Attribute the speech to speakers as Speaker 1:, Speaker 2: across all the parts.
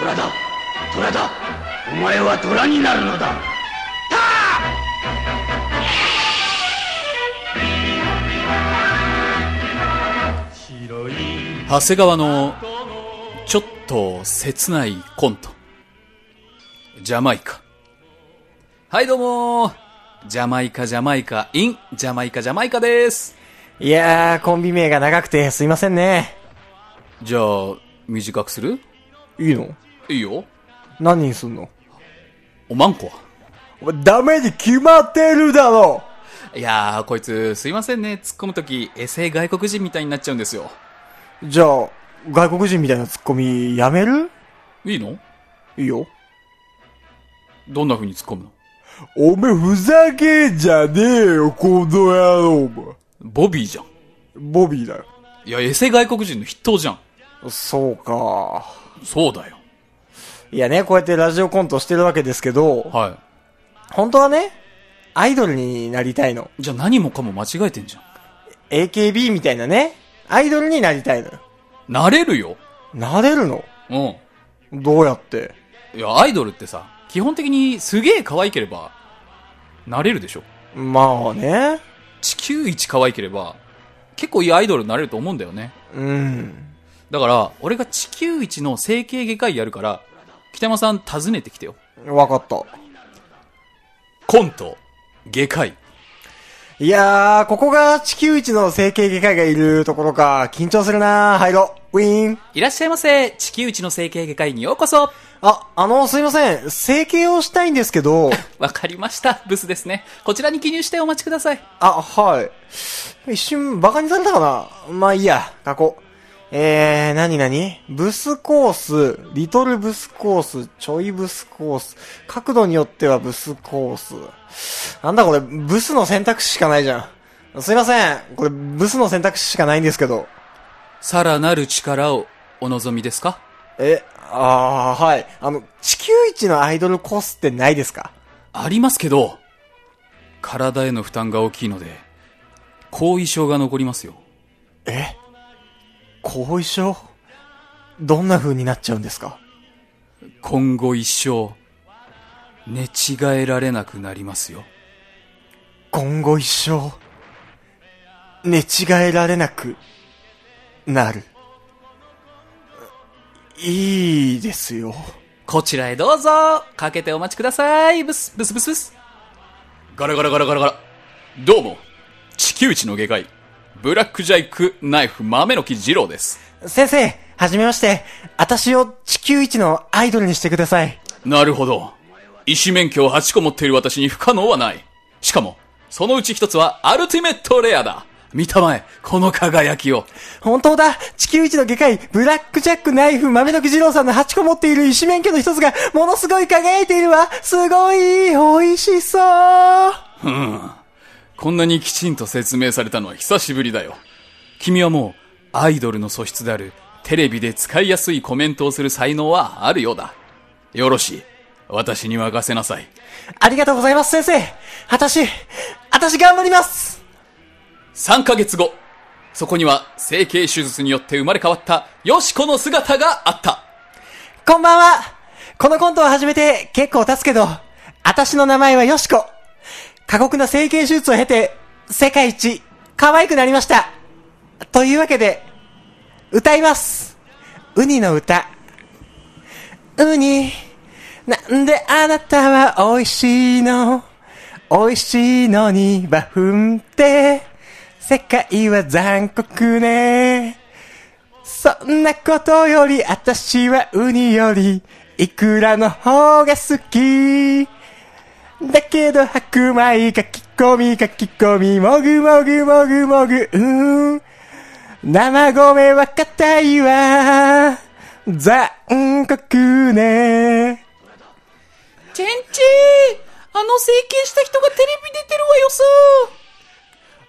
Speaker 1: 虎だ虎だお前は虎になるのだ
Speaker 2: 長谷川のちょっと切ないコント。ジャマイカ。はいどうもジャマイカジャマイカ in ジャマイカジャマイカです。
Speaker 3: いやー、コンビ名が長くてすいませんね。
Speaker 2: じゃあ、短くする
Speaker 3: いいの
Speaker 2: いいよ。
Speaker 3: 何にすんの
Speaker 2: おまんこ
Speaker 3: ダメに決まってるだろ
Speaker 2: は。いやー、こいつすいませんね。突っ込むとき、エセ外国人みたいになっちゃうんですよ。
Speaker 3: じゃあ、外国人みたいなツッコミやめる
Speaker 2: いいの
Speaker 3: いいよ。
Speaker 2: どんな風に突っ込むの
Speaker 3: おめえふざけんじゃねえよ、この野郎も。
Speaker 2: ボビーじゃん。
Speaker 3: ボビーだよ。
Speaker 2: いや、エセ外国人の筆頭じゃん。
Speaker 3: そうか。
Speaker 2: そうだよ。
Speaker 3: いやね、こうやってラジオコントしてるわけですけど、
Speaker 2: は
Speaker 3: 本当はね、アイドルになりたいの。
Speaker 2: い。じゃあ何もかも間違えてんじゃん。
Speaker 3: AKB みたいなね、アイドルになりたいのよ。
Speaker 2: なれるよ。
Speaker 3: なれるの
Speaker 2: うん。
Speaker 3: どうやって
Speaker 2: いや、アイドルってさ、基本的にすげえ可愛ければ、なれるでしょ。
Speaker 3: まあね。
Speaker 2: 地球一可愛ければ、結構いいアイドルになれると思うんだよね。
Speaker 3: うん。
Speaker 2: だから、俺が地球一の整形外科医やるから、北山さん訪ねてきてよ。
Speaker 3: わかった。
Speaker 2: コント、外科医。
Speaker 3: いやー、ここが地球一の整形外科医がいるところか、緊張するなー、入ろう。ウィーン。
Speaker 2: いらっしゃいませ。地球一の整形外科医にようこそ。
Speaker 3: あ、あの、すいません。整形をしたいんですけど、
Speaker 2: わかりました。ブスですね。こちらに記入してお待ちください。
Speaker 3: あ、はい。一瞬、バカにされたかなまあいいや、書こう。えー、なになにブスコース、リトルブスコース、ちょいブスコース、角度によってはブスコース。なんだこれ、ブスの選択肢しかないじゃん。すいません。これ、ブスの選択肢しかないんですけど。
Speaker 2: さらなる力をお望みですか
Speaker 3: え、ああ、はい。あの、地球一のアイドルコースってないですか
Speaker 2: ありますけど、体への負担が大きいので、後遺症が残りますよ。
Speaker 3: え後遺症どんな風になっちゃうんですか
Speaker 2: 今後一生、寝違えられなくなりますよ。
Speaker 3: 今後一生、寝違えられなく、なる。いいですよ。
Speaker 2: こちらへどうぞかけてお待ちくださいブス、ブスブスブスガラガラガラガラガラ。どうも、地球一の外科医、ブラックジャイクナイフ豆の木二郎です。
Speaker 3: 先生、はじめまして。私を地球一のアイドルにしてください。
Speaker 2: なるほど。医師免許を8個持っている私に不可能はない。しかも、そのうち一つはアルティメットレアだ。見たまえ、この輝きを。
Speaker 3: 本当だ地球一の外科医、ブラックジャックナイフ、豆の木二郎さんの8個持っている医師免許の一つが、ものすごい輝いているわすごい美味しそう
Speaker 2: こんなにきちんと説明されたのは久しぶりだよ。君はもう、アイドルの素質である、テレビで使いやすいコメントをする才能はあるようだ。よろしい。私に任せなさい。
Speaker 3: ありがとうございます、先生私、私頑張ります
Speaker 2: 3ヶ月後、そこには整形手術によって生まれ変わった、ヨシコの姿があった。
Speaker 3: こんばんはこのコントを始めて結構経つけど、私の名前はヨシコ過酷な整形手術を経て、世界一、可愛くなりましたというわけで、歌いますウニの歌。ウニ、なんであなたは美味しいの美味しいのにバフンって、世界は残酷ね。そんなことより、私はウニより、イクラの方が好き。だけど白米かき込みかき込み、もぐもぐもぐもぐ、うーん。生米は硬いわ。残酷ね。
Speaker 2: チェンチーあの整形した人がテレビ出てるわよさ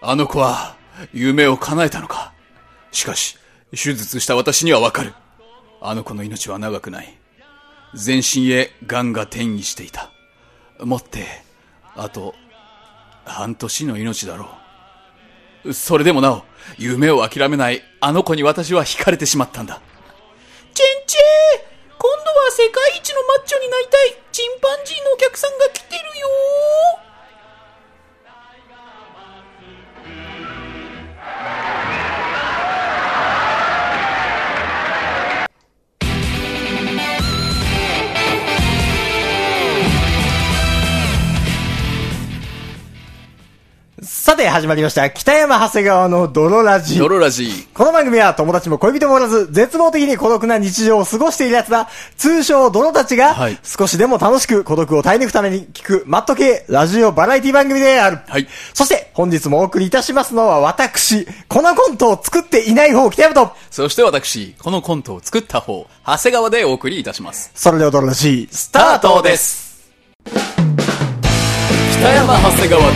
Speaker 2: あの子は、夢を叶えたのか。しかし、手術した私にはわかる。あの子の命は長くない。全身へ癌が転移していた。もって、あと、半年の命だろう。それでもなお、夢を諦めないあの子に私は惹かれてしまったんだ。チェンチェ今度は世界ンジーのお客さんが来てるよ
Speaker 3: さて、始まりました。北山長谷川の泥ラジ。
Speaker 2: ドロラジー。
Speaker 3: この番組は友達も恋人もおらず、絶望的に孤独な日常を過ごしている奴ら、通称泥たちが
Speaker 2: はい、
Speaker 3: 少しでも楽しく孤独を耐え抜くために聞く、マット系ラジオバラエティ番組である。
Speaker 2: はい
Speaker 3: そして、本日もお送りいたしますのは私、このコントを作っていない方、北山と、
Speaker 2: そして私、このコントを作った方、長谷川でお送りいたします。
Speaker 3: それでは泥ラジ、ス
Speaker 2: ス
Speaker 3: タートです。
Speaker 2: す北山長谷川の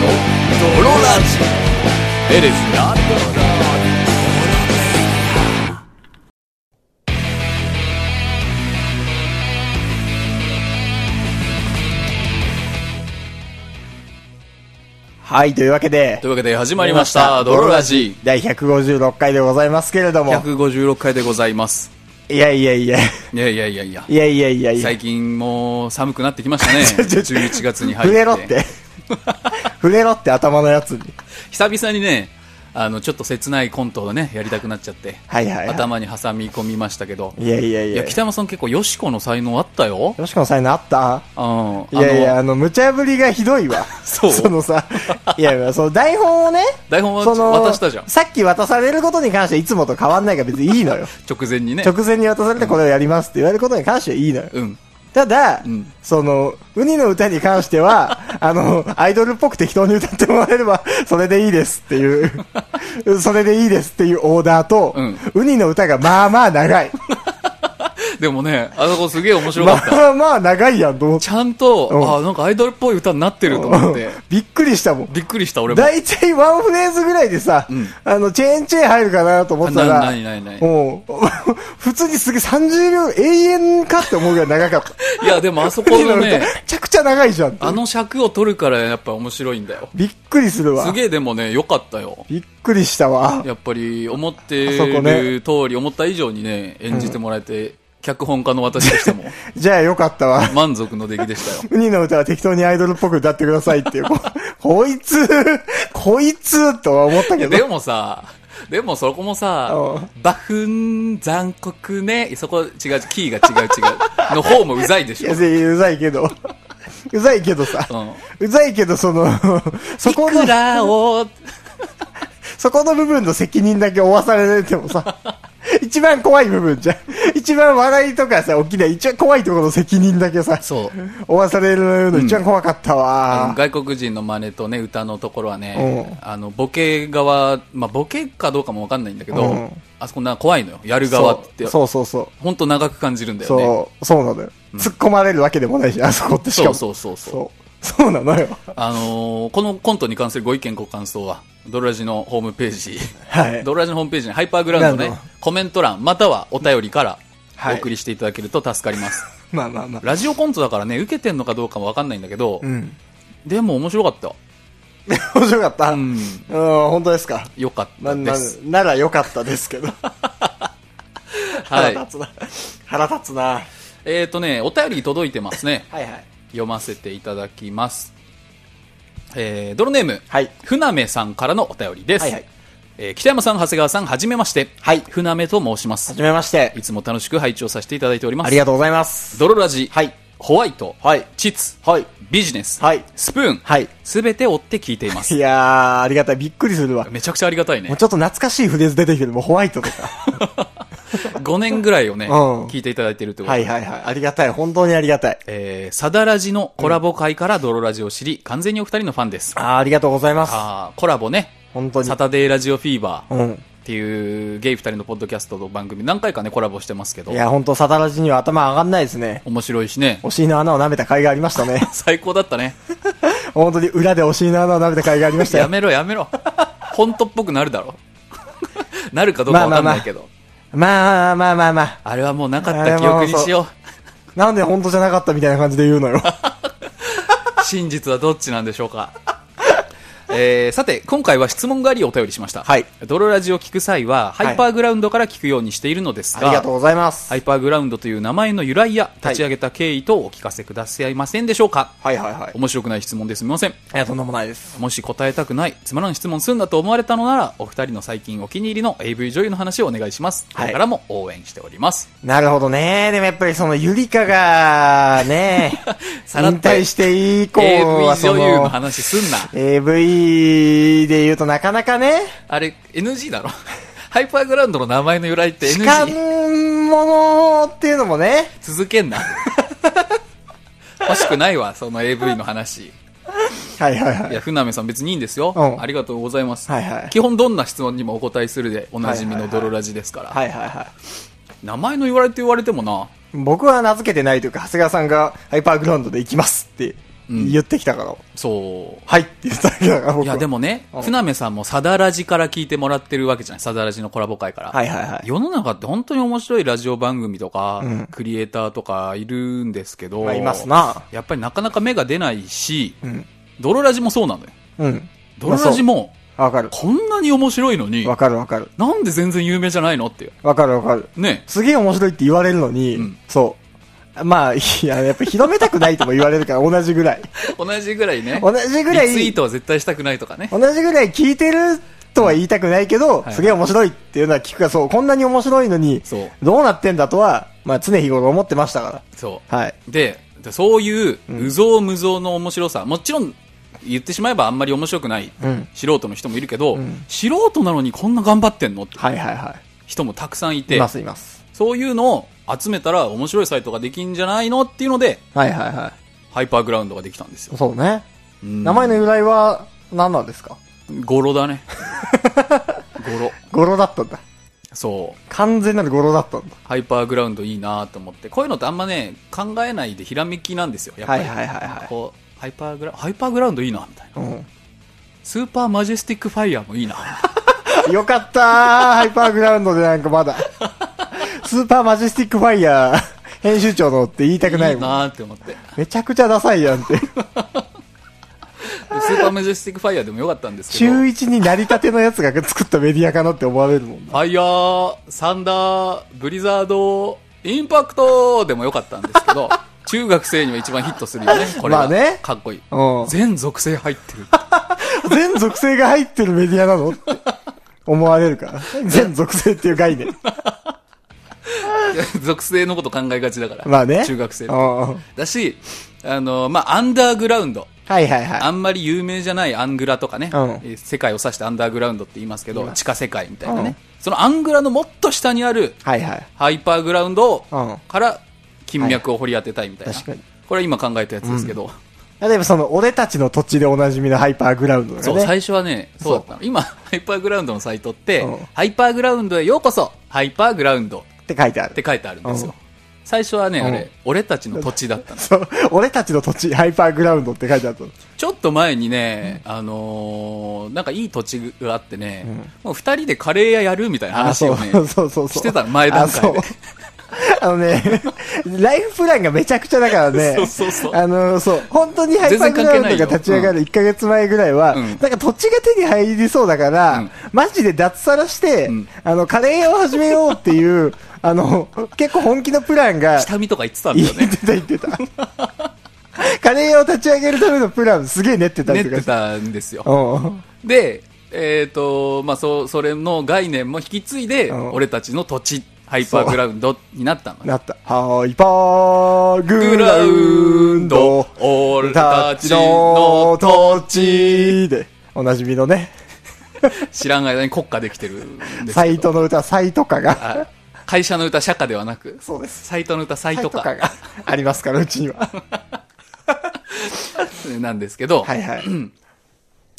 Speaker 2: ドロラジエレスな
Speaker 3: はい、というわけで
Speaker 2: とい、うわけで始まりました、ドロラジ
Speaker 3: 第156回でございますけれども、
Speaker 2: 156回でございます。
Speaker 3: いやいやいや、
Speaker 2: いやいやいやいや
Speaker 3: い。やいやいやいや、
Speaker 2: 最近もう寒くなってきま したね。
Speaker 3: ちょちょ
Speaker 2: 11月に入って。
Speaker 3: 触れろって。触れろって頭のやつに。
Speaker 2: 久々にね、あの、ちょっと切ないコントをね、やりたくなっちゃって。
Speaker 3: はいはいはい
Speaker 2: 頭に挟み込みましたけど。
Speaker 3: いやいやい
Speaker 2: い
Speaker 3: や。
Speaker 2: や、北山さん結構、よしこの才能あったよ。
Speaker 3: よしこの才能あった
Speaker 2: うん。
Speaker 3: いやいや、
Speaker 2: あの
Speaker 3: あの、無茶ぶりがひどいわ。
Speaker 2: そう
Speaker 3: の さ、いやいや、その台本をね、
Speaker 2: 台本は
Speaker 3: その
Speaker 2: 渡したじゃん。
Speaker 3: さっき渡されることに関してはいつもと変わんないから別にいいのよ。
Speaker 2: 直前にね。
Speaker 3: 直前に渡されてこれをやりますって言われることに関してはいいのよ。
Speaker 2: うん。
Speaker 3: ただ、
Speaker 2: ん
Speaker 3: その、ウニの歌に関しては、あの、アイドルっぽく適当に歌ってもらえれば、それでいいですって いう、それでいいですっていうオーダーと、
Speaker 2: うん
Speaker 3: ウニの歌がまあまあ 長い。
Speaker 2: でもね、あそこすげえ面白かった。
Speaker 3: まあまあ長いやんと思って
Speaker 2: ちゃんと、
Speaker 3: ん
Speaker 2: あなんかアイドルっぽい歌になってると思って。
Speaker 3: びっくりしたもん。
Speaker 2: びっくりした、俺も。
Speaker 3: 大体ワンフレーズぐらいでさ、
Speaker 2: ん
Speaker 3: あの、チェーンチェーン入るかなと思ってたら、
Speaker 2: なないないない
Speaker 3: もう 普通にすげえ30秒永遠かって思うぐらい長かった。
Speaker 2: いや、でもあそ このね
Speaker 3: め、ちゃくちゃ長いじゃんって。
Speaker 2: あの尺を取るからやっぱ面白いんだよ。
Speaker 3: びっくりするわ。
Speaker 2: すげえでもね、良かったよ。
Speaker 3: びっくりしたわ。
Speaker 2: やっぱり思って
Speaker 3: あそこね
Speaker 2: る通り、思った以上にね、演じてもらえて、脚本家の私としても
Speaker 3: じゃあよかったわ。
Speaker 2: 満足の出来でしたよ。
Speaker 3: ウニの歌は適当にアイドルっぽく歌ってくださいっていう。ここいつ、こ いつとは思ったけ
Speaker 2: で
Speaker 3: ど。
Speaker 2: もさ、でもそこもさ
Speaker 3: う、
Speaker 2: バフン残酷ね、そこ違う、キーが違う違う、の方もうざいで
Speaker 3: い
Speaker 2: しょ
Speaker 3: や、。ぜうざい けど。うざいけどさ。
Speaker 2: う
Speaker 3: うざいけ ど、その、そこ
Speaker 2: い
Speaker 3: の
Speaker 2: く、らを、
Speaker 3: そこの部分の責任だけ負わされてもさ、 一番怖い部分じゃん。一番笑いとかさ、起きない、一番怖いところの責任だけさ、
Speaker 2: そう。
Speaker 3: 負わされるの一番怖かった
Speaker 2: あの
Speaker 3: わ。
Speaker 2: 外国人の真似とね、歌のところは
Speaker 3: うん
Speaker 2: ね、あの、ボケ側、まあ、ボケかどうかもわかんないんだけ
Speaker 3: う
Speaker 2: ど
Speaker 3: ん、
Speaker 2: あそこな怖いのよ。やる側
Speaker 3: そ
Speaker 2: って
Speaker 3: う。そうそうそう。
Speaker 2: ほんと長く感じるんだよね。
Speaker 3: そう、そうなのよ。突っ込まれるわけでもないし、あそこってしか
Speaker 2: そ
Speaker 3: も。
Speaker 2: うそうそうそう。
Speaker 3: そう。そうなのよ。
Speaker 2: あのーこのコントに関するご意見、ご感想は、ドロラジのホームページ、
Speaker 3: はい
Speaker 2: ドロラジのホームページにハイパーグラウンドね
Speaker 3: なるほ、
Speaker 2: コメント欄、またはお便りから
Speaker 3: はい
Speaker 2: お送りしていただけると助かります。
Speaker 3: まあまあまあ。
Speaker 2: ラジオコントだからね、受けてんのかどうかもわかんないんだけど、
Speaker 3: うん。
Speaker 2: でも面白かった。
Speaker 3: 面白かった。う、
Speaker 2: うんん、
Speaker 3: 本当ですか。
Speaker 2: よかっ
Speaker 3: な、
Speaker 2: たで
Speaker 3: な
Speaker 2: す。、
Speaker 3: なら良かったですけど。
Speaker 2: は
Speaker 3: 腹
Speaker 2: い。
Speaker 3: 立つな。腹立つな。は
Speaker 2: えっ、とね、お便り届いてますね。
Speaker 3: いはい。
Speaker 2: 読ませていただきます。えー、ドロネーム、
Speaker 3: はい
Speaker 2: 船目さんからのお便りです。
Speaker 3: はいはい
Speaker 2: えー北山さん、長谷川さん、はじめまして。
Speaker 3: はい
Speaker 2: 船目と申します
Speaker 3: は。じめまして
Speaker 2: い。つも楽しく拝聴させていただいております。
Speaker 3: ありがとうございます。
Speaker 2: ドロラジ、
Speaker 3: はい
Speaker 2: ホワイト、
Speaker 3: はい
Speaker 2: チツ、
Speaker 3: はい
Speaker 2: ビジネス、
Speaker 3: はい
Speaker 2: スプーン、
Speaker 3: はい
Speaker 2: すべて追って聞いていま
Speaker 3: い
Speaker 2: す。
Speaker 3: やー、ありがたい。びっくりするわ。も
Speaker 2: めちゃくちゃありがたいね
Speaker 3: う。ちょっと懐かしいフレーズ出てきてる。もうホワイトと か。
Speaker 2: 5年ぐらいをね、
Speaker 3: うん
Speaker 2: 聞いていただいてるってこと
Speaker 3: はいはいはい。ありがたい。本当にありがたい。
Speaker 2: えー、サダラジのコラボ会からドロラジを知り、完全にお二人のファンです。
Speaker 3: あーありがとうございます。
Speaker 2: あーコラボね、
Speaker 3: 本当に
Speaker 2: サ。タデーラジオフィーバー。
Speaker 3: うん。
Speaker 2: っていうゲイ二人のポッドキャストの番組何回かねコラボしてますけど
Speaker 3: いや、本当サタラジには頭上がんないですね。
Speaker 2: 面白いしね
Speaker 3: お尻の穴を舐めた甲斐がありました ね。
Speaker 2: 最高だったね
Speaker 3: 本当に裏でお尻の穴を舐めた甲斐がありました
Speaker 2: や
Speaker 3: よ。
Speaker 2: めろやめろ本当っぽくなるだろ なるかどうかわかんないけど、
Speaker 3: まあまあまあまあ。
Speaker 2: あれはもうなかった記憶にしよ
Speaker 3: なんで本当じゃなかったみたいな感じで言うのよ。
Speaker 2: う。真実はどっちなんでしょうか。えーさて、今回は質問がありお便りしました。
Speaker 3: はい
Speaker 2: ドロラジを聞く際は、
Speaker 3: い
Speaker 2: ハイパーグラウンドから聞くようにしているのです
Speaker 3: あ
Speaker 2: が、
Speaker 3: りがとうございます。
Speaker 2: ハイパーグラウンドという名前の由来や、立ち上げた経緯とお聞かせくださいませんでしょうか、
Speaker 3: はいはいはい。
Speaker 2: 面白くない質問ですみません。
Speaker 3: いや、とんでもないです。
Speaker 2: もし答えたくない、つまらん質問すんだと思われたのなら、お二人の最近お気に入りの AV 女優の話をお願いします。こ
Speaker 3: はい
Speaker 2: れからも応援しております。
Speaker 3: なるほどね。でもやっぱりそのゆりかが、ね、
Speaker 2: さ
Speaker 3: 引
Speaker 2: らっと
Speaker 3: 退して以降
Speaker 2: AV
Speaker 3: はそ
Speaker 2: 女優の
Speaker 3: の、
Speaker 2: 話すんな。
Speaker 3: AV で言うとなかなかね、
Speaker 2: あれ、NG だろ ハイパーグラウンドの名前の由来って
Speaker 3: 痴漢
Speaker 2: NG
Speaker 3: ものっていうのもね、
Speaker 2: 続けんな。 欲しくないわ、その AV の話。
Speaker 3: はいはいはいい。
Speaker 2: や、船目さん別にいいんですよ。
Speaker 3: うん
Speaker 2: ありがとうございます。
Speaker 3: はいはい
Speaker 2: 基本どんな質問にもお答えするで、おなじみの泥ラジですから。
Speaker 3: はいはいはい。
Speaker 2: 名前の由来って言われてもな、
Speaker 3: 僕は名付けてないというか、長谷川さんがハイパーグラウンドで行きますって言ってきたから、
Speaker 2: そう。
Speaker 3: はいって言っただけだから、僕は。
Speaker 2: いや、で。もね、船目さんもサダラジから聞いてもらってるわけじゃない。サダラジのコラボ会から。
Speaker 3: はいはいはい。
Speaker 2: 世の中って本当に面白いラジオ番組とか、クリエイターとかいるんですけど、
Speaker 3: まあいますな
Speaker 2: やっぱりなかなか芽が出ないし、ドロラジもそうなのよ。
Speaker 3: うん。
Speaker 2: ドロラジも、
Speaker 3: まあそう。わかる。
Speaker 2: こんなに面白いのに、
Speaker 3: わかるわかる。
Speaker 2: なんで全然有名じゃないのっていう。
Speaker 3: わかるわかる。
Speaker 2: ね。
Speaker 3: すげえ面白いって言われるのに、
Speaker 2: ん
Speaker 3: そう。まあ、いや、やっぱ広めたくないとも言われるから、同じぐらい。
Speaker 2: 同じぐらいね。
Speaker 3: 同じぐら
Speaker 2: リツイー
Speaker 3: い、
Speaker 2: トは絶対したくないとかね。
Speaker 3: 同じぐらい聞いてるとは言いたくないけど、
Speaker 2: はい
Speaker 3: すげえ面白いっていうのは聞くが、そう、こんなに面白いのに、
Speaker 2: そう
Speaker 3: どうなってんだとは、まあ常日頃思ってましたか
Speaker 2: そう。
Speaker 3: ら。はい。
Speaker 2: で、でそういう、無造無造の面白さ、もちろん、言ってしまえばあんまり面白くない、
Speaker 3: うん
Speaker 2: 素人の人もいるけど、
Speaker 3: ん
Speaker 2: 素人なのにこんな頑張ってんのって
Speaker 3: はいはいは
Speaker 2: 人もたくさんい
Speaker 3: い。
Speaker 2: て、
Speaker 3: いますいます。
Speaker 2: そういうのを集めたら面白いサイトができんじゃないのっていうので、
Speaker 3: はいはいは
Speaker 2: ハイパーグラウンドができたんですよ
Speaker 3: い。。そうね。
Speaker 2: うん
Speaker 3: 名前の由来は、何なんですか
Speaker 2: 語呂だね。 語呂。
Speaker 3: 語呂だったんだ。
Speaker 2: そう。
Speaker 3: 完全なる語呂だったんだ。
Speaker 2: ハイパーグラウンドいいなと思って。こういうのってあんまね、考えないでひらめきなんですよ。やっぱり。
Speaker 3: はいはいはいはい
Speaker 2: こう、ハイパーグラ、ハイパーグラウンドいいなみたいな。
Speaker 3: う
Speaker 2: スーパーマジェスティックファイヤーもいいな。
Speaker 3: ん。 よかったーハイパーグラウンドでなんか まだ。スーパーマジェスティックファイヤー、編集長のって言いたくな
Speaker 2: い
Speaker 3: い
Speaker 2: い
Speaker 3: もん。
Speaker 2: なって思って。で
Speaker 3: めちゃくちゃダサいやん って。
Speaker 2: スーパーマジェスティックファイヤーでもよかったんですけ ど。
Speaker 3: 中
Speaker 2: フ
Speaker 3: 1になりたてのやつが作ったメディアかなって思われるもんな。
Speaker 2: ァイヤー、サンダー、ブリザード、インパクトでもよかったんですけ ど、中学生には一番ヒットするよね。これが
Speaker 3: まあね
Speaker 2: かっこいい。
Speaker 3: うん
Speaker 2: 全属性入ってる。
Speaker 3: 全属性が入ってるメディアな のって思われるから。全属性っていう概念。
Speaker 2: 属性のこと考えがちだから。
Speaker 3: まあね。
Speaker 2: 中学生
Speaker 3: うんうん
Speaker 2: だし、あの、まあ、アンダーグラウンド。
Speaker 3: はいはいは
Speaker 2: あんまり有名じゃないアングラとかね、
Speaker 3: うん
Speaker 2: えー世界を指してアンダーグラウンドって言いますけど、地下世界みたいなね、
Speaker 3: うん
Speaker 2: そのアングラのもっと下にある
Speaker 3: い。はいはい。
Speaker 2: ハイパーグラウンド
Speaker 3: うん
Speaker 2: から金脈を掘り当てたいみたいな、
Speaker 3: はい確かに
Speaker 2: これは今考えたやつですけど、
Speaker 3: 例えばその、俺たちの土地でおなじみのハイパーグラウンドとか
Speaker 2: そう、
Speaker 3: ね。
Speaker 2: 最初はね、そうだったの。今、ハイパーグラウンドのサイトって、
Speaker 3: うん
Speaker 2: ハイパーグラウンドへようこそハイパーグラウンドっ
Speaker 3: って書いてある
Speaker 2: て。書いてあるんですよ。
Speaker 3: うん
Speaker 2: 最初はね、あ
Speaker 3: う
Speaker 2: れ
Speaker 3: ん、
Speaker 2: 俺たちの土地だったの。
Speaker 3: そう、俺たちの土地、ハイパーグラウンドって書いてあったの。
Speaker 2: ちょっと前にね、あのーなんかいい土地があってね、もう二人でカレー屋やるみたいな話をね、
Speaker 3: あそう そうそうそう。
Speaker 2: してたの前段階で
Speaker 3: あ。そうあのね、ライフプランがめちゃくちゃだからね。
Speaker 2: そうそうそう
Speaker 3: あの、そう、本当にハイパーグラウンドが立ち上がる1ヶ月前ぐらいは、
Speaker 2: うん
Speaker 3: なんか土地が手に入りそうだから、
Speaker 2: うん
Speaker 3: マジで脱サラして、
Speaker 2: ん
Speaker 3: あの、カレー屋を始めようって いう、あの、結構本気のプランが、
Speaker 2: 下見とか言ってたんだ
Speaker 3: 言
Speaker 2: よね
Speaker 3: っ。てた言ってた。 カレー屋を立ち上げるためのプラン、すげえ練ってた
Speaker 2: 練
Speaker 3: り
Speaker 2: っ
Speaker 3: とか
Speaker 2: て
Speaker 3: して。
Speaker 2: たんですよ。
Speaker 3: うん。
Speaker 2: で、えっ、と、まあ、そう、それの概念も引き継いで、
Speaker 3: うん
Speaker 2: 俺たちの土地、ハイパーグラウンドになったのね。
Speaker 3: なった。ハイパーグ
Speaker 2: グ
Speaker 3: ラ
Speaker 2: ラ
Speaker 3: ウ
Speaker 2: ウ
Speaker 3: ン
Speaker 2: ン
Speaker 3: ド
Speaker 2: ド。、
Speaker 3: 俺
Speaker 2: 俺
Speaker 3: た
Speaker 2: た
Speaker 3: ち
Speaker 2: ち
Speaker 3: の
Speaker 2: の
Speaker 3: 土地で、おなじみのね、
Speaker 2: 知らん間に国家できてるんですけど
Speaker 3: サイトの歌、サイトカが、
Speaker 2: あ会社の歌、社歌ではなく、
Speaker 3: そうです
Speaker 2: サイトの歌、サイ
Speaker 3: サイ
Speaker 2: ト
Speaker 3: ト
Speaker 2: 歌
Speaker 3: カがありますから、うちには。
Speaker 2: なんですけど、
Speaker 3: はいはい。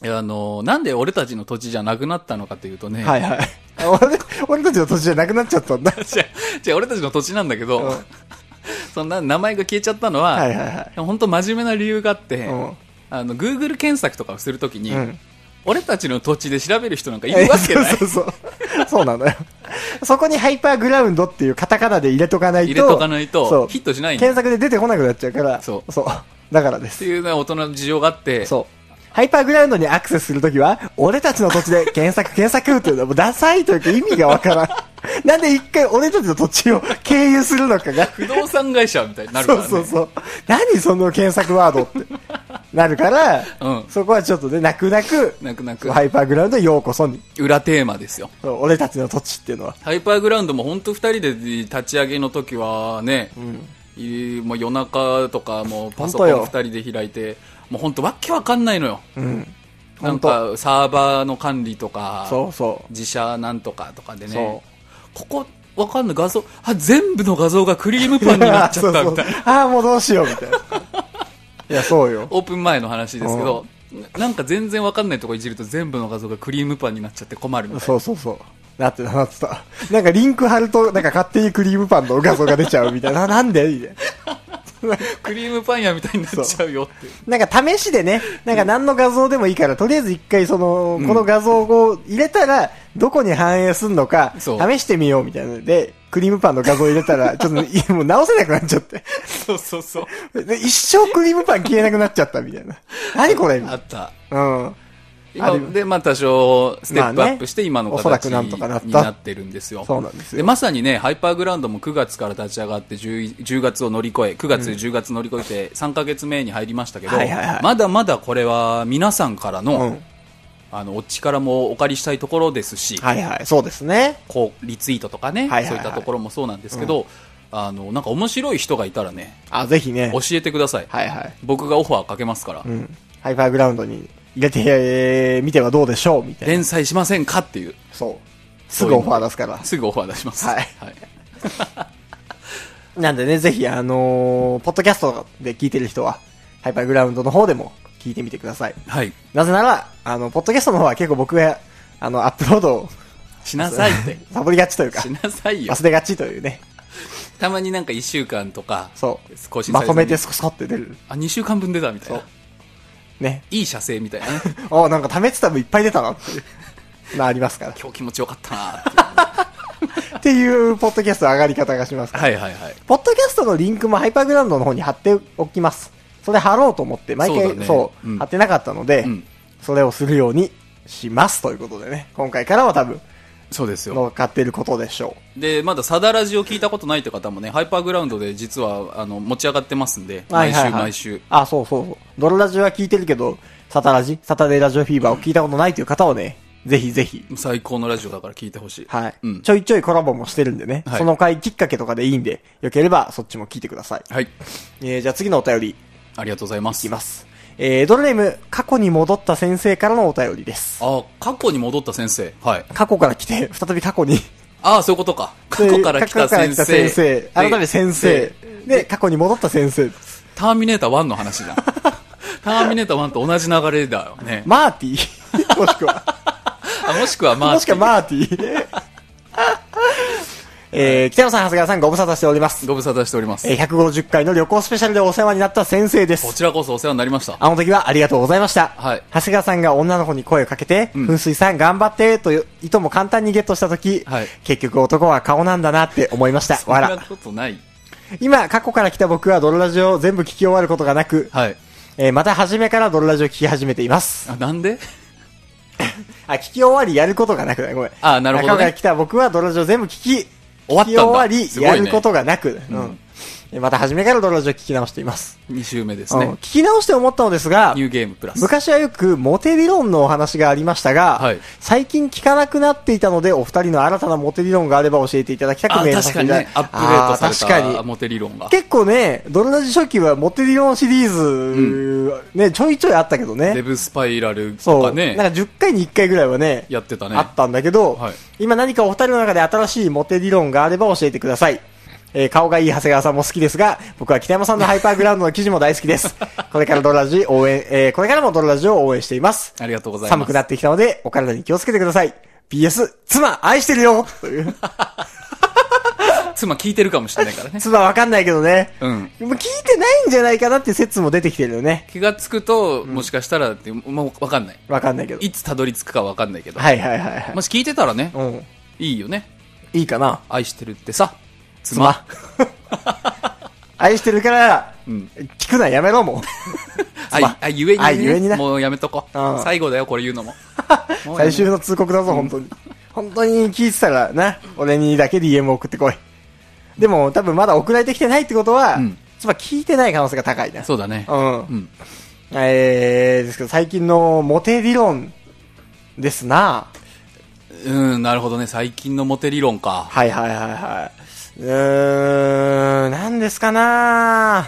Speaker 2: いやあのなんで俺たちの土地じゃなくなったのかというとね、
Speaker 3: はいはい。俺俺たちの土地じゃなくなっちゃったんだ。
Speaker 2: じゃじゃあ俺たちの土地なんだけど、
Speaker 3: うん
Speaker 2: そんな名前が消えちゃったのは、
Speaker 3: はいはいはい
Speaker 2: 本当真面目な理由があって、
Speaker 3: うん
Speaker 2: あの Google 検索とかをするときに、
Speaker 3: うん
Speaker 2: 俺たちの土地で調べる人なんかいるわけない
Speaker 3: そうそうそう。そうなのよ。そこにハイパーグラウンドっていうカタカナで入れとかないと、
Speaker 2: 入れとかないと
Speaker 3: そう
Speaker 2: ヒットしないんだ
Speaker 3: 検索で出てこなくなっちゃうから、
Speaker 2: そう
Speaker 3: だからで
Speaker 2: っ
Speaker 3: す
Speaker 2: て。いうのは大人の事情があって
Speaker 3: そハイパーグラウンドにアクセスするときは、俺たちの土地で検索 検索っていうのはもうダサいというか意味がわからん。なん で一回俺たちの土地を経由するのかが。
Speaker 2: 不動産会社みたいになるか
Speaker 3: そ
Speaker 2: ら
Speaker 3: う
Speaker 2: ね。
Speaker 3: そうそう。何その検索ワードって。なるから、
Speaker 2: うん
Speaker 3: そこはちょっとね、泣く泣く、
Speaker 2: 泣く泣く
Speaker 3: ハイパーグラウンドへようこそに。
Speaker 2: 裏テーマですよ。
Speaker 3: そう俺たちの土地っていうのは。
Speaker 2: ハイパーグラウンドも本当二人で立ち上げの時はね、いもう夜中とかもうパソコン二
Speaker 3: ほんと
Speaker 2: 人で開いて、もう本当わけわかんないのよ。な
Speaker 3: ほ
Speaker 2: ん
Speaker 3: んと
Speaker 2: かサーバーの管理とか、
Speaker 3: そうそ
Speaker 2: 自社なんとかとかでね
Speaker 3: そ、
Speaker 2: ここわかんない画像、あ、全部の画像がクリームパンに
Speaker 3: う。
Speaker 2: なっちゃった
Speaker 3: そう
Speaker 2: み
Speaker 3: そ
Speaker 2: た
Speaker 3: う
Speaker 2: いな。
Speaker 3: ああ、もうどうしようみたいな。いや、そうよ。
Speaker 2: オープン前の話ですけど、なんか全然わかんないとこいじると全部の画像がクリームパンになっちゃって困るみたいな。
Speaker 3: そうそうそう。なってた、なってた。なんかリンク貼ると、なんか勝手にクリームパンの画像が出ちゃうみた いな。ななんでみたい
Speaker 2: クリームパン屋みたいになっちゃうよって。
Speaker 3: な。なんか試しでね、なんか何の画像でもいいから、とりあえず一回その、この画像を入れたら、どこに反映すんのか、試
Speaker 2: そう
Speaker 3: してみようみたいなので、クリームパンの画像入れ たら、ちょっといもう直せなくなっちゃって。
Speaker 2: そうそうそう。
Speaker 3: で一生クリームパン消えなくなっちゃったみたいな。何これみた
Speaker 2: あ
Speaker 3: い
Speaker 2: った。
Speaker 3: な。うん。
Speaker 2: 今
Speaker 3: ある
Speaker 2: で、まあ多少ステップアップして
Speaker 3: ま
Speaker 2: 今
Speaker 3: あね
Speaker 2: の
Speaker 3: おそら
Speaker 2: 形
Speaker 3: くなんとかなった
Speaker 2: になってるんですよ。
Speaker 3: そうなんですよ
Speaker 2: まさにね、ハイパーグラウンドも9月から立ち上がって 10, 10月を乗り越え、9月、10月乗り越えて3ヶ月目に入りましたけど、
Speaker 3: はいはいはい
Speaker 2: まだまだこれは皆さんからの、
Speaker 3: うん
Speaker 2: あの、お力もお借りしたいところですし、
Speaker 3: はいはい、そうですね。
Speaker 2: こう、リツイートとかね、
Speaker 3: はいはいはい
Speaker 2: そういったところもそうなんですけど、あの、なんか面白い人がいたらね、
Speaker 3: あ、ぜひね
Speaker 2: 教。えてください。
Speaker 3: はいはい。
Speaker 2: 僕がオファーかけますから、
Speaker 3: うん。ハイパーグラウンドに入れて、えーみてはどうでしょうみたいな。
Speaker 2: 連載しませんかっていう。
Speaker 3: そう。すぐオファー出すから。
Speaker 2: すぐオファー出します。
Speaker 3: はい
Speaker 2: はい。
Speaker 3: なんでね、ぜひ、あのーポッドキャストで聞いてる人は、ハイパーグラウンドの方でも聞いてみてください。
Speaker 2: はい。
Speaker 3: なぜなら、あの、ポッドキャストの方は結構僕が、あの、アップロードを
Speaker 2: しなさいって。
Speaker 3: サボりがちという か
Speaker 2: し、なさいよ。
Speaker 3: 忘れがちというね。
Speaker 2: たまになんか1週間とか、
Speaker 3: そう。
Speaker 2: 更新さ
Speaker 3: ま
Speaker 2: れ
Speaker 3: と
Speaker 2: ずに
Speaker 3: めてスコスコって出る。
Speaker 2: あ、2週間分出たみたいな
Speaker 3: そう。ね。
Speaker 2: いい射精みたいな ね。
Speaker 3: おなんか溜めてた分いっぱい出たな っていう。なありますから。
Speaker 2: 今日気持ちよかったな ーっ
Speaker 3: っていう、ポッドキャストの上がり方がします
Speaker 2: て。
Speaker 3: から。
Speaker 2: はいはいはい。
Speaker 3: ポッドキャストのリンクもハイパーグラウンドの方に貼っておきます。それ貼ろうと思って、毎回
Speaker 2: そ
Speaker 3: そうう,、
Speaker 2: だねうん
Speaker 3: 貼ってなかったので、
Speaker 2: うん
Speaker 3: それをするようにしますということでね、今回からは多分、
Speaker 2: そうですよ。
Speaker 3: 乗っかってることでしょ
Speaker 2: で、まだサダラジを聞いたことないって方もね、ハイパーグラウンドで実は、あの、持ち上がってますんで、
Speaker 3: う。はい
Speaker 2: 毎
Speaker 3: はいは
Speaker 2: 週
Speaker 3: い
Speaker 2: 毎週。。
Speaker 3: あ、そうそうそう。ドロラジは聞いてるけど、サタラジ、サタデーラジオフィーバーを聞いたことないという方はね、ぜひぜひ、
Speaker 2: 最高のラジオだから聞いてほしい。
Speaker 3: はい、
Speaker 2: うん
Speaker 3: ち。ょいちょいコラボもしてるんでね、
Speaker 2: はい
Speaker 3: その回きっかけとかでいいんで、よければそっちも聞いてください。
Speaker 2: はい。
Speaker 3: えー、じゃあ次のお便り、
Speaker 2: ありがとうございます。
Speaker 3: いきます。えー、ドルネーム、過去に戻った先生からのお便りです。
Speaker 2: あ、過去に戻った先生。はい。
Speaker 3: 過去から来て、 再び過去に。
Speaker 2: ああ、そういうことか。 過去から来た先生。
Speaker 3: 過去から来た先生
Speaker 2: で
Speaker 3: 改めて先生
Speaker 2: で。
Speaker 3: で、過去に戻った先生。
Speaker 2: ターミネーター1の話 じゃん。ターミネーター1と同じ流れだよね。
Speaker 3: マーティ ーもしくは、
Speaker 2: あもしくはまあ、
Speaker 3: もしくはマーティ ー。えー、北野さん、長谷川さん、ご無沙汰しております。
Speaker 2: ご無沙汰しております
Speaker 3: え。ー、150回の旅行スペシャルでお世話になった先生で
Speaker 2: こ
Speaker 3: す。
Speaker 2: ちらこそお世話になりました。
Speaker 3: あの時はありがとうございました。
Speaker 2: はい
Speaker 3: 長谷川さんが女の子に声をかけて、
Speaker 2: ん
Speaker 3: 噴水さん頑張って、という、いとも簡単にゲットした時、
Speaker 2: はい
Speaker 3: 結局男は顔なんだなって思いました。
Speaker 2: そん
Speaker 3: 笑
Speaker 2: な。ことない。
Speaker 3: 今、過去から来た僕はドロラジオを全部聞き終わることがなく、
Speaker 2: はい。
Speaker 3: えーまた初めからドロラジオを聞き始めています。
Speaker 2: あ、なんで
Speaker 3: あ、聞き終わりやることがなくだ、ごめん。
Speaker 2: あなるほどね
Speaker 3: 過去から来た僕はドロラジオを全部聞き、
Speaker 2: 終わったんだ
Speaker 3: 聞き
Speaker 2: す
Speaker 3: 終
Speaker 2: ごいね
Speaker 3: わり、やることがなく、うんえーまた初めからドロラジオを聞き直しています。
Speaker 2: ?2 週目です
Speaker 3: うん
Speaker 2: ね
Speaker 3: 聞。き直して思ったのですが
Speaker 2: ニ、ューゲームプラス。
Speaker 3: 昔はよくモテ理論のお話がありましたが、
Speaker 2: はい
Speaker 3: 最近聞かなくなっていたので、お二人の新たなモテ理論があれば教えていただきたく
Speaker 2: あ、
Speaker 3: メール
Speaker 2: 確
Speaker 3: さ
Speaker 2: か
Speaker 3: せてい
Speaker 2: に
Speaker 3: ただき
Speaker 2: ね、アップデートさ
Speaker 3: あー
Speaker 2: れ
Speaker 3: 確
Speaker 2: た
Speaker 3: かに
Speaker 2: モテ理論が。
Speaker 3: 結構ね、ドロラジ初期はモテ理論シリーズ、ね、ちょいちょいあったけど
Speaker 2: デ
Speaker 3: ね。
Speaker 2: ブスパイラルと
Speaker 3: そ
Speaker 2: か
Speaker 3: う。なん
Speaker 2: ね
Speaker 3: か、10回に1回ぐらいはね、
Speaker 2: やってたね
Speaker 3: あ。ったんだけど、
Speaker 2: はい
Speaker 3: 今何かお二人の中で新しいモテ理論があれば教えてください。えー顔がいい長谷川さんも好きですが、僕は北山さんのハイパーグラウンドの記事も大好 きです。これからドロラジ応援、えーこれからもドロラジを応援しています。
Speaker 2: ありがとうございます。
Speaker 3: 寒くなってきたので、お体に気をつけてください。PS、妻、愛してる よという。
Speaker 2: 妻聞いてるかもしれないから ね。
Speaker 3: 妻わかんないけどね。
Speaker 2: うん
Speaker 3: もう聞いてないんじゃないかなって説も出てきてるよね。
Speaker 2: 気がつくと、もしかしたらって、もうわかんない。
Speaker 3: わかんないけど。
Speaker 2: いつたどり着くかわかんないけど。
Speaker 3: はいはいはいはい。
Speaker 2: もし聞いてたらね、
Speaker 3: うん。
Speaker 2: いいよね。
Speaker 3: いいかな。
Speaker 2: 愛してるってさ、妻。
Speaker 3: 妻。愛してるから、
Speaker 2: ん
Speaker 3: 聞くのはやめろもう。つまん
Speaker 2: あ、あゆえにね。
Speaker 3: あゆえにな
Speaker 2: もうやめとこ
Speaker 3: うん。
Speaker 2: 最後だよ、これ言うのも。もうやめ
Speaker 3: 最終の通告だぞ、本当に。本当に聞いてたらな、俺にだけ DM 送ってこい。でも、多分まだ送られてきてないってことは、
Speaker 2: うん
Speaker 3: つまり聞いてない可能性が高いな。
Speaker 2: そうだね。
Speaker 3: うん。
Speaker 2: うん。
Speaker 3: えー、ですけど、最近のモテ理論ですな。
Speaker 2: うん、なるほどね。最近のモテ理論か。
Speaker 3: はいはいはいはい。うーん、何ですかな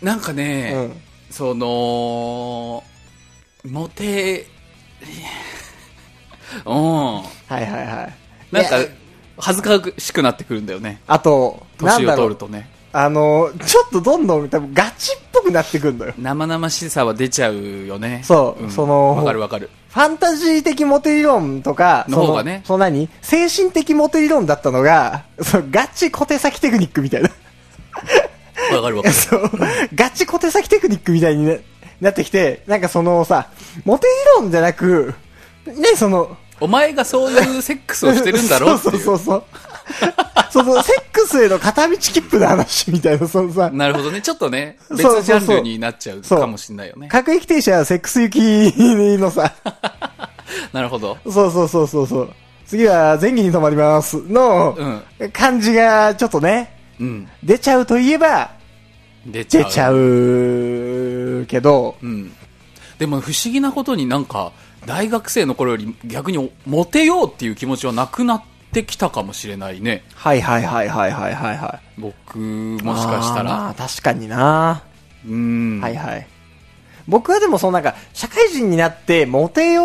Speaker 2: なんかね、
Speaker 3: うん
Speaker 2: その、モテ、 うん。
Speaker 3: はいはいはい。
Speaker 2: なんか
Speaker 3: いや、
Speaker 2: 恥ずかしくなってくるんだよね。
Speaker 3: あと、なん
Speaker 2: 年を
Speaker 3: だろ
Speaker 2: 取る
Speaker 3: う、
Speaker 2: とね。
Speaker 3: あの、ちょっとどんどん多分ガチっぽくなってくるのよ。
Speaker 2: 生々しさは出ちゃうよね。
Speaker 3: そうその
Speaker 2: わかるわかる。
Speaker 3: ファンタジー的モテ理論とか、
Speaker 2: の方がね
Speaker 3: そのその何精神的モテ理論だったのが、そのガチ小手先テクニックみたいな。
Speaker 2: わかるわかる。
Speaker 3: そう、ガチ小手先テクニックみたいにななってきて、なんかそのさ、モテ理論じゃなく、ね、その、
Speaker 2: お前がそういうセックスをしてるんだろうって
Speaker 3: そう
Speaker 2: い
Speaker 3: そう
Speaker 2: う。
Speaker 3: そうそう。そのセックスへの片道切符の話みたいな、そのさ、
Speaker 2: なるほどね。ちょっとね、別
Speaker 3: そう
Speaker 2: ジ
Speaker 3: そうそう
Speaker 2: ャンルになっちゃう
Speaker 3: そう
Speaker 2: かもしれないよね。
Speaker 3: 各駅停車はセックス行きのさ、
Speaker 2: なるほど。
Speaker 3: そうそうそうそうそう。次は前儀に止まりますの感じがちょっとね、
Speaker 2: うん。
Speaker 3: 出ちゃうといえば
Speaker 2: 出ちゃ
Speaker 3: 出
Speaker 2: う。
Speaker 3: ちゃうけど、
Speaker 2: うん、でも不思議なことになんか大学生の頃より逆にモテようっていう気持ちはなくなってきたかもしれないね
Speaker 3: はいはいはいはいはいはいはい。
Speaker 2: 僕もしかした
Speaker 3: あーま
Speaker 2: ら
Speaker 3: あ確かにな、
Speaker 2: うん、
Speaker 3: はいはい。僕はでもそのなんか、社会人になって、モテ用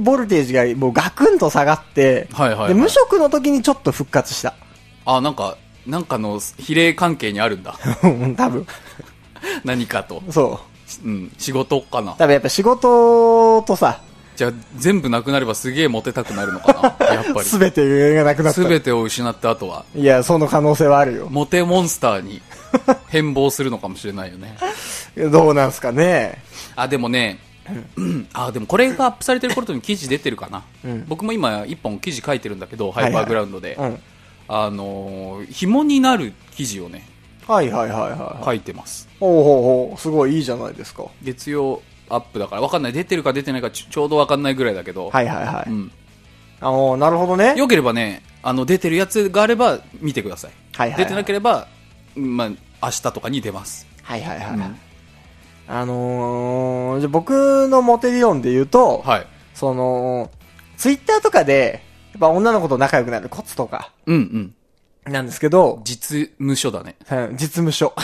Speaker 3: ボルテージがもうガクンと下がって、
Speaker 2: はいはいはい
Speaker 3: で無職の時にちょっと復活した。
Speaker 2: あなんかなんかの比例関係にあるんだ
Speaker 3: うん多分。
Speaker 2: 何かと、
Speaker 3: そう。
Speaker 2: うん、仕事かな
Speaker 3: 多分やっぱ仕事とさ、
Speaker 2: じゃあ全部なくなればすげえモテたくなるのかなやっぱり
Speaker 3: すべてがなくなった。
Speaker 2: 全てを失った後はい
Speaker 3: や、その可能性はあるよ。
Speaker 2: モテモンスターに変貌するのかもしれないよね
Speaker 3: どうなんすかね。
Speaker 2: あでもね、あでもこれがアップされてる頃に記事出てるかな、
Speaker 3: うん
Speaker 2: 僕も今一本記事書いてるんだけど
Speaker 3: い
Speaker 2: ハ
Speaker 3: はい
Speaker 2: イパーグラウンドで、
Speaker 3: うん。
Speaker 2: あのー紐になる記事をね
Speaker 3: はいはいはいはい。
Speaker 2: 書いてます
Speaker 3: ほうほうほう。すごいいいじゃないですか。は
Speaker 2: 月曜アップだからわかんない出てるか出てないかちょちょうどわかんないぐらいだけど、
Speaker 3: いはいはい。
Speaker 2: うん、
Speaker 3: あのなるほどね。
Speaker 2: よければねあの出てるやつがあれば見てください,、
Speaker 3: はいはいはい
Speaker 2: 出てなければ、まあ、明日とかに出ます
Speaker 3: はいはいはい。
Speaker 2: うん
Speaker 3: あのー、じゃあ僕のモテ理論で言うと、
Speaker 2: はい
Speaker 3: その、ツイッターとかで、やっぱ女の子と仲良くなるコツとか、
Speaker 2: うんうん
Speaker 3: なんですけど、
Speaker 2: 実務所だね
Speaker 3: うん実務所。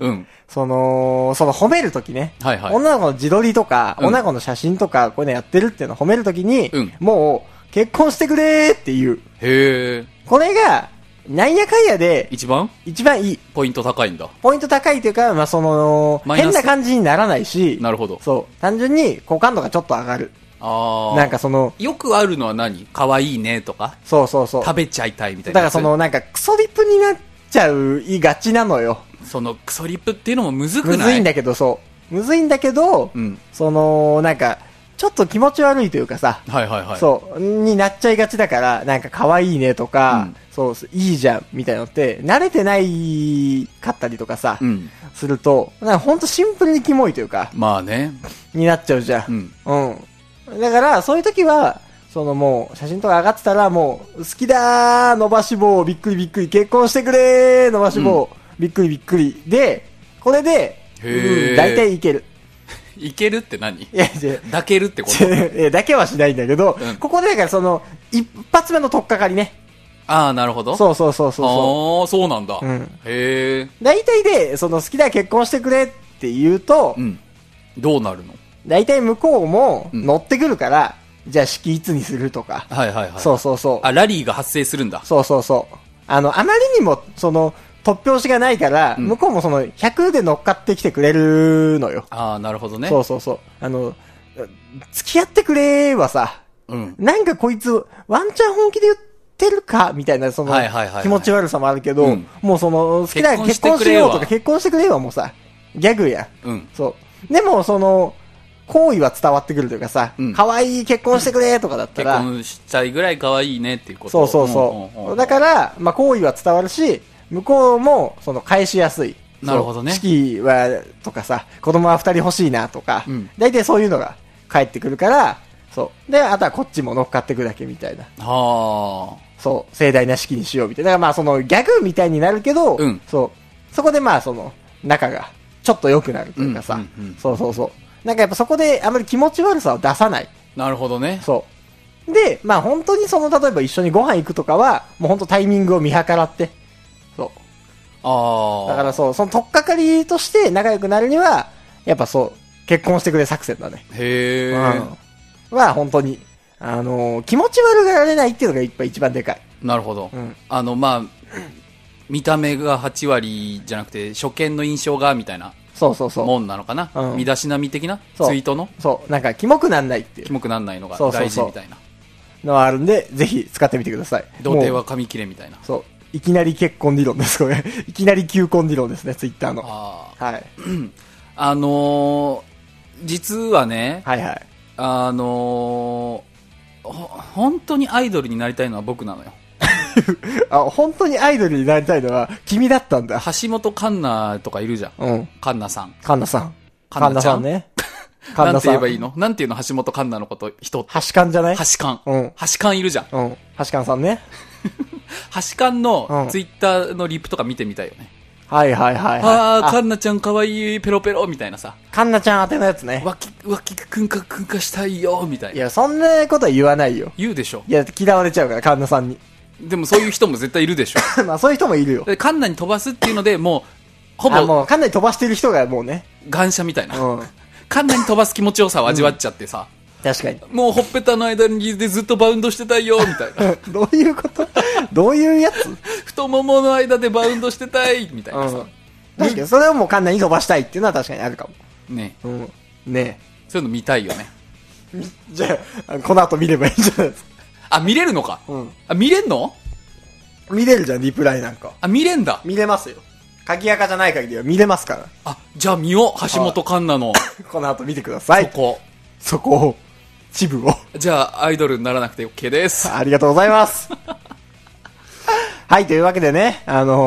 Speaker 2: うん
Speaker 3: その、その褒めるときね。
Speaker 2: はいはい
Speaker 3: 女の子の自撮りとか、
Speaker 2: うん
Speaker 3: 女の子の写真とか、こういうのやってるっていうのを褒めるときに、
Speaker 2: うん
Speaker 3: もう、結婚してくれーっていう。
Speaker 2: へえ
Speaker 3: これが、なんやかんやで、
Speaker 2: 一番
Speaker 3: 一番いい。
Speaker 2: ポイント高いんだ
Speaker 3: ポイント高いというか、まあ、その、
Speaker 2: マイナ
Speaker 3: 変
Speaker 2: ス
Speaker 3: な感じにならないし、
Speaker 2: なるほど
Speaker 3: そう。単純に、好感度がちょっと上がる。
Speaker 2: ああ
Speaker 3: なんかその、
Speaker 2: よくあるのは何可愛いねとか
Speaker 3: そうそうそう。
Speaker 2: 食べちゃいたいみた
Speaker 3: だ
Speaker 2: いな
Speaker 3: か
Speaker 2: や
Speaker 3: ら
Speaker 2: つ
Speaker 3: その、なんか、クソリップになっちゃう、いがちなのよ。
Speaker 2: そのクソリップっていうのもむずくな
Speaker 3: む
Speaker 2: い
Speaker 3: ずいんだけど、そう。むずいんだけど、
Speaker 2: うん
Speaker 3: その、なんか、ちょっと気持ち悪いというかさ、
Speaker 2: はいはいはい
Speaker 3: そう、になっちゃいがちだから、なんか可愛いねとか、そう、いいじゃん、みたいなのって、慣れてないかったりとかさ、
Speaker 2: うん
Speaker 3: すると、なんかほんとシンプルにキモいというか、
Speaker 2: まあね
Speaker 3: になっちゃうじゃ。
Speaker 2: うんん
Speaker 3: うん。だから、そういう時は、そのもう、写真とか上がってたら、もう、好きだー伸ばし棒、びっくりびっくり、結婚してくれー伸ばし棒、びっくりびっくり。で、これで、
Speaker 2: へー
Speaker 3: うん大体いける。
Speaker 2: いけるって何
Speaker 3: いや、違う。
Speaker 2: 抱けるってこと
Speaker 3: いやだけはしないんだけど、
Speaker 2: うん
Speaker 3: ここでだからその、一発目の取っかかりね。
Speaker 2: ああなるほどう
Speaker 3: そうそうそうそうそ
Speaker 2: ああそうなんだ、
Speaker 3: うん
Speaker 2: へえ
Speaker 3: う。大体で、その好きだ結婚してくれって言うと
Speaker 2: う、んどうなるの
Speaker 3: 大体向こうも
Speaker 2: うん
Speaker 3: 乗ってくるから、じゃあ式いつにするとか。
Speaker 2: はいはいはい
Speaker 3: そうそうそう。
Speaker 2: あラリーが発生するんだ
Speaker 3: そうそうそう。あの、あまりにも、その、突拍子がないから、
Speaker 2: うん
Speaker 3: 向こうもその、100で乗っかってきてくれるのよ。
Speaker 2: ああなるほどね
Speaker 3: そうそうそう。あの、付き合ってくれはさ、
Speaker 2: うん
Speaker 3: なんかこいつ、ワンチャン本気で言ってるかみたいな、その
Speaker 2: はいはいはいは、い
Speaker 3: 気持ち悪さもあるけ
Speaker 2: う
Speaker 3: ど
Speaker 2: ん、
Speaker 3: もうその、好きだから
Speaker 2: 結
Speaker 3: 結
Speaker 2: 婚し
Speaker 3: 婚
Speaker 2: て
Speaker 3: し
Speaker 2: くれ
Speaker 3: よう
Speaker 2: は
Speaker 3: とか、結婚してくれはもうさ、ギャグやん。
Speaker 2: うん
Speaker 3: そう。でも、その、好意は伝わってくるというかさ
Speaker 2: うん、
Speaker 3: 可愛い結婚してくれとかだった
Speaker 2: 結
Speaker 3: ら、
Speaker 2: 婚したいぐらい可愛いねっていうこと
Speaker 3: そうそうそう。だ
Speaker 2: ら
Speaker 3: から、まあ、好意は伝わるし、向こうも、その、返しやすい。
Speaker 2: なるほどね
Speaker 3: そう式は、とかさ、子供は二人欲しいなとか、
Speaker 2: うん
Speaker 3: 大体そういうのが返ってくるから、そう。で、あとはこっちも乗っかってくだけみたいな。
Speaker 2: は
Speaker 3: そう、盛大な式にしようみたいな。だからまあそのギャグみたいになるけど、
Speaker 2: うん
Speaker 3: そう。そこでまあその、仲がちょっと良くなるというかさ、
Speaker 2: うんうんうん
Speaker 3: そうそうそう。なんかやっぱそこであまり気持ち悪さを出さない。
Speaker 2: あ。なるほどね。
Speaker 3: そう。で、まあ本当にその、例えば一緒にご飯行くとかは、もう本当タイミングを見計らって、そう。
Speaker 2: ああ。
Speaker 3: だからそう、その取っかかりとして仲良くなるには、やっぱそう、結婚してくれ作戦だね。
Speaker 2: へえ。
Speaker 3: うん。は本当に、あのー気持ち悪がられないっていうのがやっぱ一番でかい。
Speaker 2: なるほど。
Speaker 3: うん
Speaker 2: あの、まあ、見た目が8割じゃなくて、初見の印象が、みたいな
Speaker 3: そうそうそう。
Speaker 2: もんなのかな。
Speaker 3: うん
Speaker 2: 身だしなみ的な
Speaker 3: そう
Speaker 2: ツイートの
Speaker 3: そう、なんか、キモくなんないってい
Speaker 2: キ
Speaker 3: う
Speaker 2: モくなんないのが
Speaker 3: そうそう
Speaker 2: 大
Speaker 3: そ
Speaker 2: 事
Speaker 3: う
Speaker 2: みたいな。
Speaker 3: のはあるんで、ぜひ使ってみてください。
Speaker 2: 童貞
Speaker 3: も
Speaker 2: は髪切れみたいな
Speaker 3: う。。そう。いきなり結婚理論です、これ。 いきなり求婚理論ですね、ツイッターの。は
Speaker 2: あ
Speaker 3: い。はい
Speaker 2: あ。あのー実はね、
Speaker 3: はい。
Speaker 2: あのーほ本当にアイドルになりたいのは僕なのよ。
Speaker 3: あ、本当にアイドルになりたいのは、君だったんだ。
Speaker 2: 橋本環奈とかいるじゃん。
Speaker 3: うん。
Speaker 2: 環奈さん。
Speaker 3: 神田さん。
Speaker 2: 神田ちゃん
Speaker 3: 神ね。
Speaker 2: な
Speaker 3: 神
Speaker 2: ん
Speaker 3: 田
Speaker 2: て言
Speaker 3: さ
Speaker 2: えば
Speaker 3: ん。
Speaker 2: いいのなんていうの橋本環奈のこと、人って。
Speaker 3: はしかんじゃない
Speaker 2: 橋勘。
Speaker 3: うん。うん。
Speaker 2: 橋勘いるじゃん。
Speaker 3: はしかんさんね。
Speaker 2: 橋勘
Speaker 3: う
Speaker 2: の
Speaker 3: ん
Speaker 2: ツイッターのリプとか見てみたいよね。
Speaker 3: はいはいはい、
Speaker 2: あー、
Speaker 3: はい。
Speaker 2: かんなちゃんかわいい、ペロペロ、みたいなさ。
Speaker 3: あ、神田ちゃん宛てのやつね。
Speaker 2: わき、わきくんかくんかしたいよ、みたい
Speaker 3: い
Speaker 2: な。
Speaker 3: や、そんなことは言わないよ。
Speaker 2: 言うでしょ
Speaker 3: い。や、嫌われちゃうから、神田さんに。
Speaker 2: でもそういう人も絶対いるでしょ。
Speaker 3: まあ、そういう人もいるよ。
Speaker 2: で、カンナに飛ばすっていうので、もう、ほ
Speaker 3: あ、
Speaker 2: ぼ、
Speaker 3: もう、かなり飛ばしてる人がもうね。
Speaker 2: 感謝みたいな。
Speaker 3: うん。
Speaker 2: カンナに飛ばす気持ちよさを味わっちゃってさ、
Speaker 3: 確かに。
Speaker 2: もうほっぺたの間にでずっとバウンドしてたいよ、みたい な。
Speaker 3: どういうことどういうやつ
Speaker 2: 太ももの間でバウンドしてたい、みたいな
Speaker 3: う
Speaker 2: さ
Speaker 3: ん。。確かに、それをもうカンナに飛ばしたいっていうのは確かにあるかも。
Speaker 2: ね
Speaker 3: うん。ね
Speaker 2: そういうの見たいよね。
Speaker 3: え。じゃああ、この後見ればいいんじゃないですか。
Speaker 2: あ、見れるのか。
Speaker 3: うん
Speaker 2: あ、見れんの
Speaker 3: 見れるじゃん、リプライなんか。
Speaker 2: あ、見れんだ。
Speaker 3: 見れますよ。鍵垢じゃない限りは見れますから。
Speaker 2: あ、じゃあ見よう。橋本環奈の、
Speaker 3: この後見てくださ
Speaker 2: そ
Speaker 3: い。
Speaker 2: こ。
Speaker 3: そこを、チブを。
Speaker 2: じゃあ、アイドルにならなくて OK です。
Speaker 3: ありがとうござい ます。はい、というわけでね、あの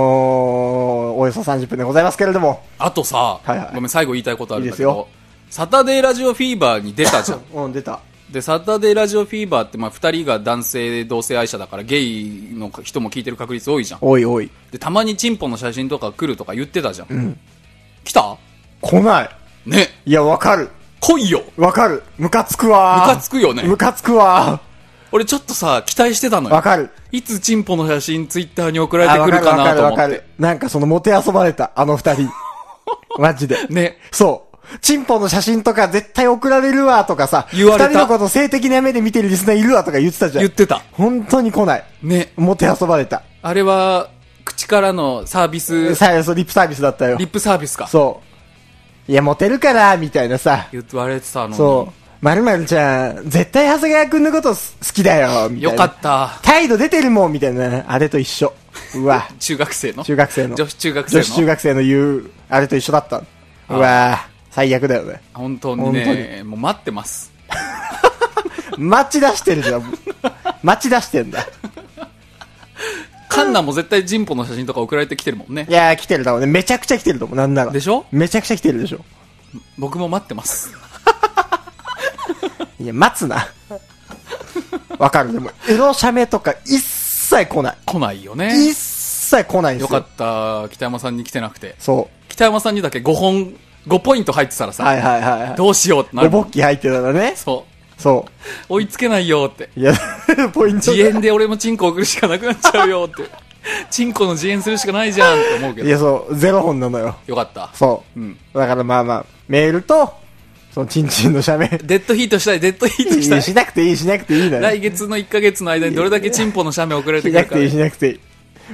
Speaker 3: ー、およそ30分でございますけれども、
Speaker 2: あとさ、
Speaker 3: はいはい
Speaker 2: ごめん、最後言いたいことあるんだけ
Speaker 3: いいです
Speaker 2: ど
Speaker 3: よ、
Speaker 2: サタデーラジオフィーバーに出たじゃん。
Speaker 3: うん、出た。
Speaker 2: で、サタデーラジオフィーバーって、まあ、二人が男性同性愛者だから、ゲイの人も聞いてる確率多いじゃん。
Speaker 3: おいおい。
Speaker 2: で、たまにチンポの写真とか来るとか言ってたじゃん。来た
Speaker 3: 来ない。
Speaker 2: ね、
Speaker 3: いや、わかる。
Speaker 2: 来いよ
Speaker 3: わかる。ムカつくわー。
Speaker 2: ムカつくよね
Speaker 3: ムカつくわ
Speaker 2: 俺ちょっとさ、期待してたの
Speaker 3: ー。わ
Speaker 2: よ。
Speaker 3: かる。
Speaker 2: いつチンポの写真ツイッターに送られてくるか
Speaker 3: あ
Speaker 2: なと思
Speaker 3: わか
Speaker 2: っ
Speaker 3: るわかるわかる
Speaker 2: て。
Speaker 3: なんかその、もてあそばれた、あの 二人。マジで。
Speaker 2: ね。
Speaker 3: そう。チンポの写真とか絶対送られるわとかさ、
Speaker 2: 言われた
Speaker 3: 二人のこと性的な目で見てるリスナーいるわとか言ってたじゃん。
Speaker 2: 言ってた。
Speaker 3: 本当に来ない。
Speaker 2: ね。
Speaker 3: もてあそばれた。
Speaker 2: あれは、口からのサービス、
Speaker 3: さあ、そう、リップサービスだったよ
Speaker 2: リ。ップサービスか。
Speaker 3: そう。いや、モテるから、みたいなさ。
Speaker 2: 言われてたのに。
Speaker 3: そう。まるまるちゃん、絶対長谷川くんのことす好きだよ、みたいな。
Speaker 2: よかった。
Speaker 3: 態度出てるもんみたいな、あれと一緒。うわ、
Speaker 2: 中学生の
Speaker 3: 中学生の。
Speaker 2: 女子中学生の
Speaker 3: 女子中学生の言う、あれと一緒だった。うわ最悪だよね。
Speaker 2: 本当にねもう待ってます。
Speaker 3: 待ち出してるじゃん。待ち出してんだ。
Speaker 2: カンナも絶対ジンポの写真とか送られてきてるもんね
Speaker 3: い。やー、来てるだろうね。めちゃくちゃ来てると思う、なんなら。
Speaker 2: でしょ
Speaker 3: めちゃくちゃ来てるでしょ。
Speaker 2: 僕も待ってます。
Speaker 3: いや、待つな。わかる。でも、エロ写メとか一切来ない。
Speaker 2: 来ないよね。
Speaker 3: 一切来ないんで
Speaker 2: よ
Speaker 3: す
Speaker 2: か
Speaker 3: よ
Speaker 2: っ。た、北山さんに来てなくて。
Speaker 3: そ
Speaker 2: 北山さんにだけ5本、5ポイント入ってたら
Speaker 3: う。
Speaker 2: さ、
Speaker 3: はいはいはいはい。
Speaker 2: どうしようってな
Speaker 3: お
Speaker 2: る。
Speaker 3: ぼっき入ってたらね。
Speaker 2: そ。
Speaker 3: そう
Speaker 2: 追いつけないよって。
Speaker 3: う。いや、 ポイント
Speaker 2: 自
Speaker 3: が。
Speaker 2: 演で俺もチンコ送るしかなくなっちゃうよって。チンコの自演するしかないじゃんって思うけ
Speaker 3: い
Speaker 2: ど。
Speaker 3: や、そう、ゼロ本なのよ。
Speaker 2: よかった。
Speaker 3: そう。
Speaker 2: うん
Speaker 3: だからまあまあ、メールと、その、チンチンの 写メ。
Speaker 2: デッドヒートしたい、デッドヒート
Speaker 3: い
Speaker 2: した
Speaker 3: や
Speaker 2: い。
Speaker 3: しなくていい、しなくていいのよ。
Speaker 2: 来月の1ヶ月の間にどれだけチンポの写メ送られて
Speaker 3: し
Speaker 2: く
Speaker 3: な
Speaker 2: る
Speaker 3: く
Speaker 2: か
Speaker 3: ていい、しなくていい。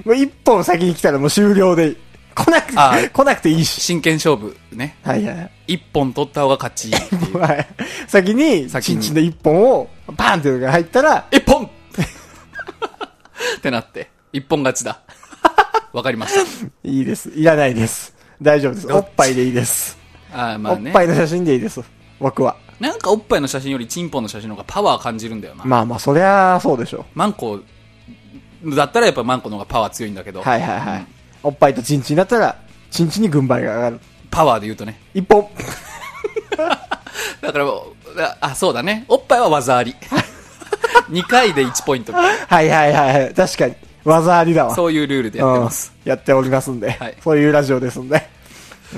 Speaker 3: もう一本先に来たらもう終了でいい。来な
Speaker 2: あ
Speaker 3: く、来なくていいし。
Speaker 2: 真剣勝負ね。
Speaker 3: はいはいはい。
Speaker 2: 1本取った方が勝ちっていう。
Speaker 3: はい先に、
Speaker 2: 先
Speaker 3: チ
Speaker 2: に
Speaker 3: ンチンの一本を、バーンっていうのが入ったら、
Speaker 2: 一本 ってなって、一本勝ちだ。 わかりまし
Speaker 3: いいです。いらないです。大丈夫です。おっぱいでいいです。
Speaker 2: た。あーま
Speaker 3: お
Speaker 2: あ
Speaker 3: っ
Speaker 2: ね。
Speaker 3: ぱいの写真でいいです。僕は。
Speaker 2: なんかおっぱいの写真よりチンポの写真の方がパワー感じるんだよな。
Speaker 3: まあまあ、そりゃ、そうでしょ
Speaker 2: マンコ、だったらやっぱマンコの方がパワー強いんだけど。
Speaker 3: う。はいはいはい。おっぱいとチンチンだったら、一日に軍配が上がる。
Speaker 2: パワーで言うとね。
Speaker 3: 一本。
Speaker 2: だからもう、ああ、そうだね。おっぱいは技あ り。2回で1ポイントみたいな。
Speaker 3: はいはいはいはい。確かに。技ありだわ。
Speaker 2: そういうルールでやってます。
Speaker 3: うんやっておりますんで、
Speaker 2: はい
Speaker 3: そういうラジオですんで、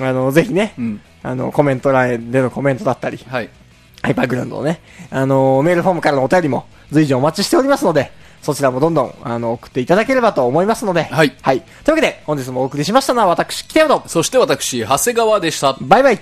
Speaker 3: あの、ぜひね、
Speaker 2: ん
Speaker 3: あの、コメント欄でのコメントだったり、
Speaker 2: はい。
Speaker 3: ハイパーグラウンドのね、あの、メールフォームからのお便りも随時お待ちしておりますので、そちらもどんどん、あの、送っていただければと思いますので、
Speaker 2: はい
Speaker 3: はい。というわけで、本日もお送りしましたのは私、北山と、
Speaker 2: そして私、長谷川でした。
Speaker 3: バイバイ